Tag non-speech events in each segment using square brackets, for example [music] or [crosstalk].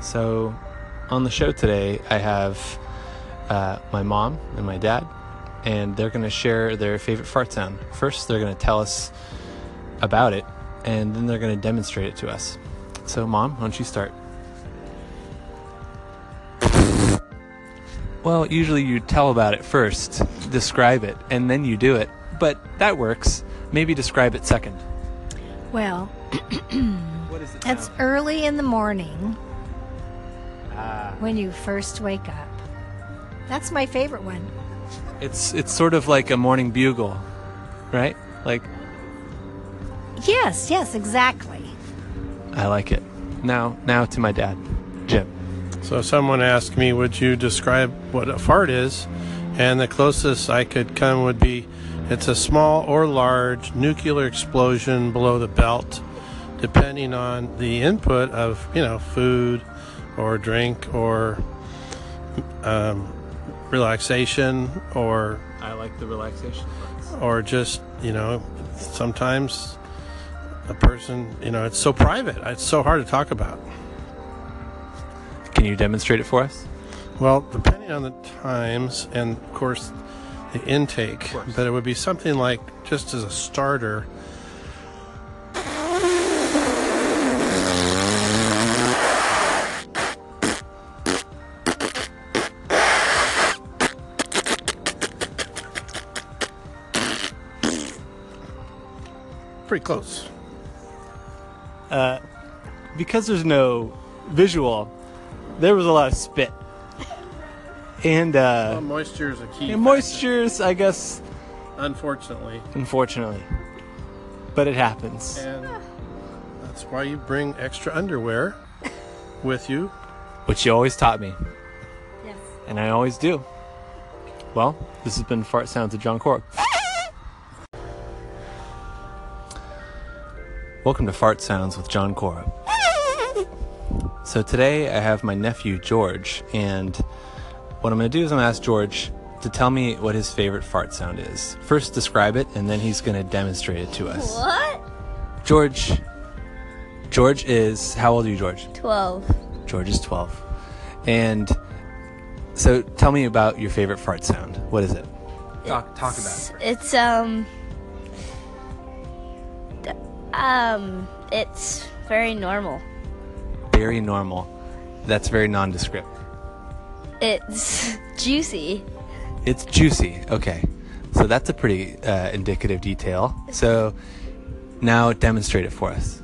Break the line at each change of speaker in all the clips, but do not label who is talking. So, on the show today, I have uh, my mom and my dad, and they're going to share their favorite fart sound. First, they're going to tell us about it, and then they're going to demonstrate it to us. So, mom, why don't you start? Well, usually you tell about it first, describe it, and then you do it. But that works. Maybe describe it second.
Well,
What is it?
it's early in the morning
Ah.
when you first wake up. That's my favorite one.
It's it's sort of like a morning bugle, right? Like
Yes, yes, exactly.
I like it. Now now to my dad, Jim.
So someone asked me, "Would you describe what a fart is?" And the closest I could come would be, "It's a small or large nuclear explosion below the belt, depending on the input of you know food, or drink, or um, relaxation, or
I like the relaxation. Parts.
or just you know sometimes a person you know it's so private, it's so hard to talk about."
Can you demonstrate it for us?
Well, depending on the times and, of course, the intake,
course.
but it would be something like just as a starter. Pretty close.
because there's no visual, there was a lot of spit. And uh,
moisture is a key.
and moistures, I guess,
unfortunately.
unfortunately. But it happens.
And that's why you bring extra underwear with you.
Which you always taught me,
Yes.
and I always do. Well, this has been Fart Sounds of John Cork. Welcome to Fart Sounds with John Cora.
[laughs]
So today I have my nephew George, and what I'm going to do is I'm going to ask George to tell me what his favorite fart sound is. First, describe it, and then he's going to demonstrate it to us.
What?
George, George is how old are you, George?
12.
George is 12, and so tell me about your favorite fart sound. What is it? Talk, talk about it.
It's, um. d- Um. It's very normal.
Very normal. That's very nondescript.
It's [laughs] juicy.
It's juicy. Okay. So that's a pretty uh, indicative detail. So now demonstrate it for us.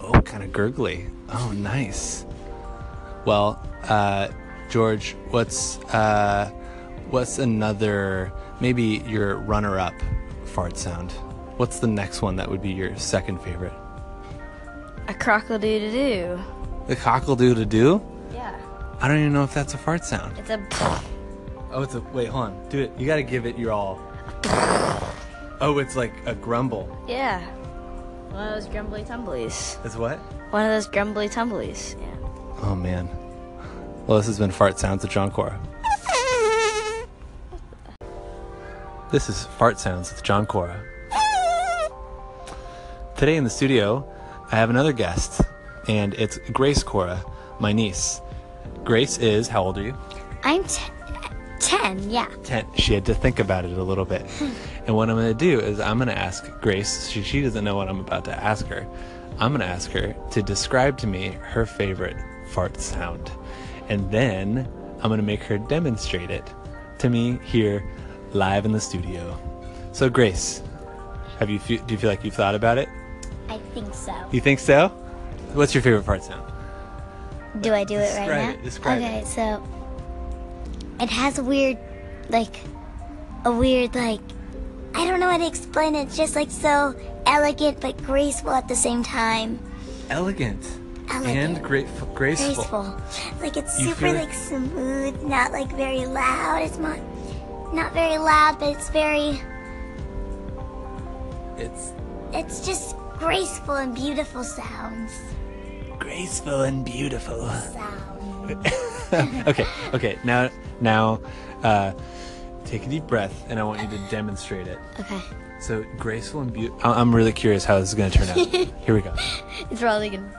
Oh, kind of gurgly. Oh, nice. Well, uh, George, what's uh, what's another maybe your runner-up fart sound? What's the next one that would be your second favorite?
A crockle doo doo doo.
The cockle doo to do?
Yeah.
I don't even know if that's a fart sound.
It's a. [laughs]
Oh, it's a wait. Hold on. Do it. You gotta give it your all. oh, it's like a grumble.
Yeah. One of those grumbly tumblies.
Is what?
One of those grumbly tumblies. Yeah.
Oh man. Well, this has been Fart Sounds with John Cora. This is Fart Sounds with John Cora. Today in the studio, I have another guest, and it's Grace Cora, my niece. Grace is how old are you?
I'm t- 10, yeah.
tent, she had to think about it a little bit. and what I'm going to do is I'm going to ask Grace, she, she doesn't know what I'm about to ask her. I'm going to ask her to describe to me her favorite fart sound. And then I'm going to make her demonstrate it to me here live in the studio. So, Grace, have you fe- do you feel like you've thought about it?
I think so.
You think so? What's your favorite fart sound?
Do I do it right
Describe
now?
it, describe
okay, so it has a weird, like, a weird, like, I don't know how to explain it. It's just like so elegant but graceful at the same time.
Elegant,
Elegant.
and grateful, graceful.
Graceful. Like it's
You
super
feel it?
like smooth, not like very loud. It's not not very loud, but it's very
It's
it's just graceful and beautiful sounds.
graceful and beautiful.
Sound.
[laughs] okay, okay. Now, now, uh, take a deep breath, and I want you to demonstrate it.
Okay.
So graceful and beautiful. I'm really curious how this is going to turn out. Here we go.
It's probably gonna.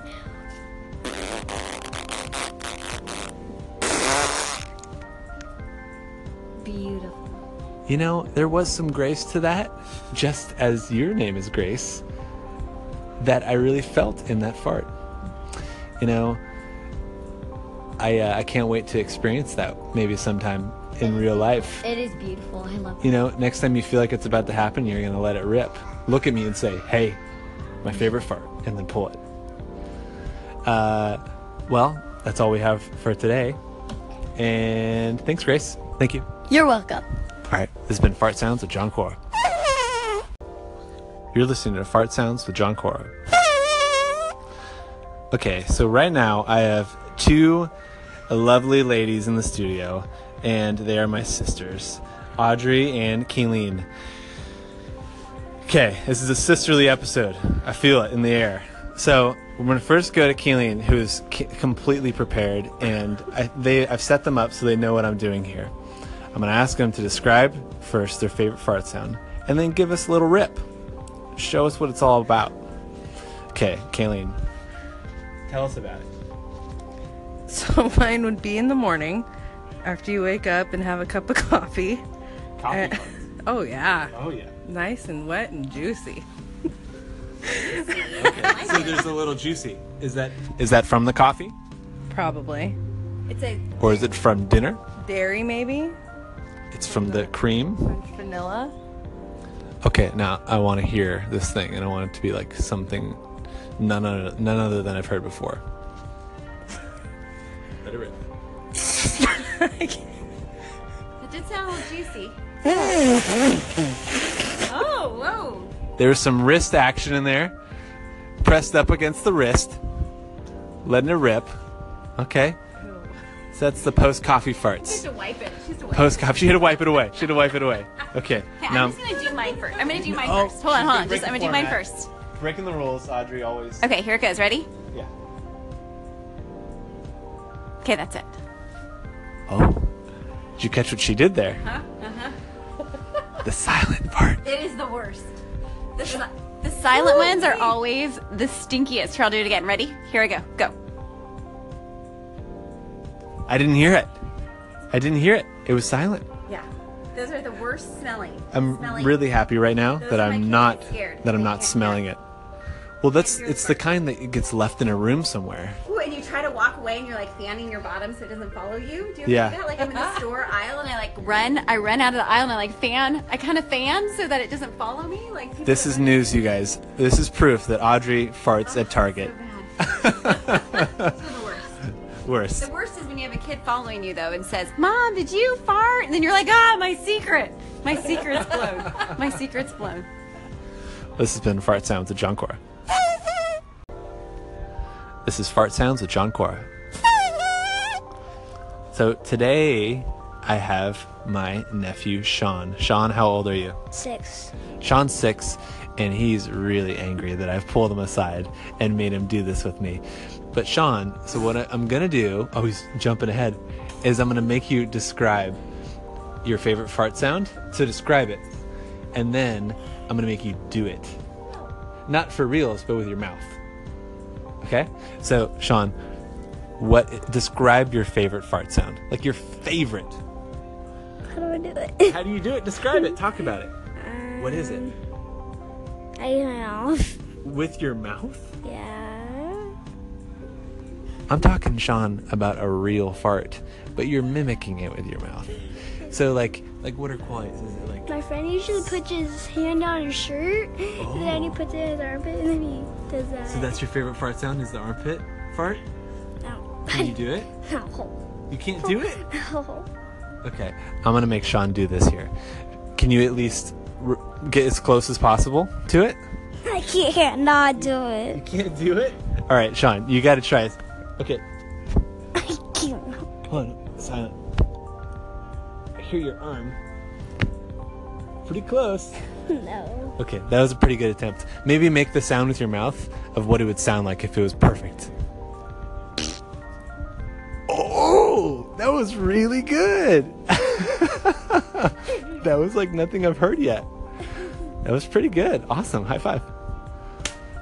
Beautiful.
You know, there was some grace to that, just as your name is Grace, that I really felt in that fart. You know, I uh, I can't wait to experience that maybe sometime in real life.
It is beautiful. I love it.
You know, next time you feel like it's about to happen, you're gonna let it rip. Look at me and say, "Hey, my favorite fart," and then pull it. Uh, well, that's all we have for today. And thanks, Grace. Thank you.
You're welcome.
All right, this has been Fart Sounds with John Cora. You're listening to Fart Sounds with John Cora. Okay, so right now I have two lovely ladies in the studio, and they are my sisters, Audrey and Kayleen. Okay, this is a sisterly episode. I feel it in the air. So we're gonna first go to Kayleen, who is c- completely prepared, and I, they I've set them up so they know what I'm doing here. I'm gonna ask them to describe first their favorite fart sound, and then give us a little rip. Show us what it's all about. Okay, Kayleen, tell us about it.
[laughs] So mine would be in the morning after you wake up and have a cup of coffee.
Coffee.
Eh. [laughs] Oh, yeah.
Oh yeah.
Nice and wet and juicy.
So there's a little juicy. Is that is that from the coffee,
Probably. It's a
or is it from dinner?
dairy, maybe?
It's from the cream.
French vanilla?
Okay, now I want to hear this thing, and I want it to be like something none other, none other than I've heard before. Let it rip.
It did sound a little [laughs] juicy. oh, whoa.
There was some wrist action in there, pressed up against the wrist, letting it rip. Okay, so that's the post coffee
She has
farts.
to wipe it. She has to wipe
Post coffee. [laughs] She had to wipe it away. She had to wipe it away. Okay,
it. Okay,
now
I'm just going to do mine first. I'm going to do mine
No,
first. Hold
she's
on, hold
been
on. Just, I'm
breaking
going to do mine
Oh, format.
first.
breaking the rules. Audrey always.
Okay, here it goes. Ready?
Yeah.
Okay, that's it.
Oh, did you catch what she did there? Huh? Uh-huh. the silent part.
It is the worst. The, si- the silent ones are always the stinkiest. Here, I'll do it again. Ready? Here I go. Go.
I didn't hear it. I didn't hear it. It was silent.
Yeah. Those are the worst smelling.
I'm really happy right now
Those
that
are my
I'm
kids
not
scared.
that I'm
They
not
can't
smelling it. Well, that's
Here's
it's the kind that gets left in a room somewhere.
Ooh, and you try to walk away and you're like fanning your bottom so it doesn't follow you. Do you ever
Yeah.
do that? Like I'm in [laughs] the store aisle and I like run, I run out of the aisle and I like fan, I kind of fan so that it doesn't follow me. Like people
This
are
is
like,
news, you guys. This is proof that Audrey farts at Target.
[laughs] "This is the worst.
Worse.
The worst is when you have a kid following you though and says, "Mom, did you fart?" And then you're like, "Ah, my secret, my secret's blown, my secret's blown."
This has been Fart Sounds with John Cora. This is Fart Sounds with John Cora. So today I have my nephew Sean. Sean, how old are you?
Six.
Sean's six, and he's really angry that I've pulled him aside and made him do this with me. But Sean, so what I, I'm gonna do? Oh, he's jumping ahead. Is I'm gonna make you describe your favorite fart sound. So describe it, and then I'm gonna make you do it. Not for reals, but with your mouth. Okay. So Sean, what? Describe your favorite fart sound. Like your favorite.
How do I do it?
How do you do it? Describe it. Talk about it. What is it?
I don't know.
With your mouth?
Yeah.
I'm talking, Sean, about a real fart, but you're mimicking it with your mouth. So, like, like what are qualities? Is it like
My friend usually puts his hand on his shirt, and then he puts it in his armpit, and then he does that.
so? That's your favorite fart sound? Is the armpit fart?
Ow.
Can you do it?
Ow.
You can't do it.
Ow.
Okay, I'm gonna make Sean do this here. Can you at least r- get as close as possible to it?
[laughs] I can't not do it.
Can't do it. All right, Sean, you got to try it. Okay,
I can't.
hold on, silent. I hear your arm. Pretty close.
No.
Okay, that was a pretty good attempt. Maybe make the sound with your mouth of what it would sound like if it was perfect. Oh, that was really good. [laughs] that was like nothing I've heard yet. That was pretty good. Awesome. High five.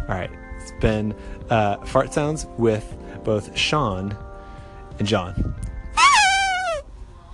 All right, it's been uh, fart sounds with both Sean and John.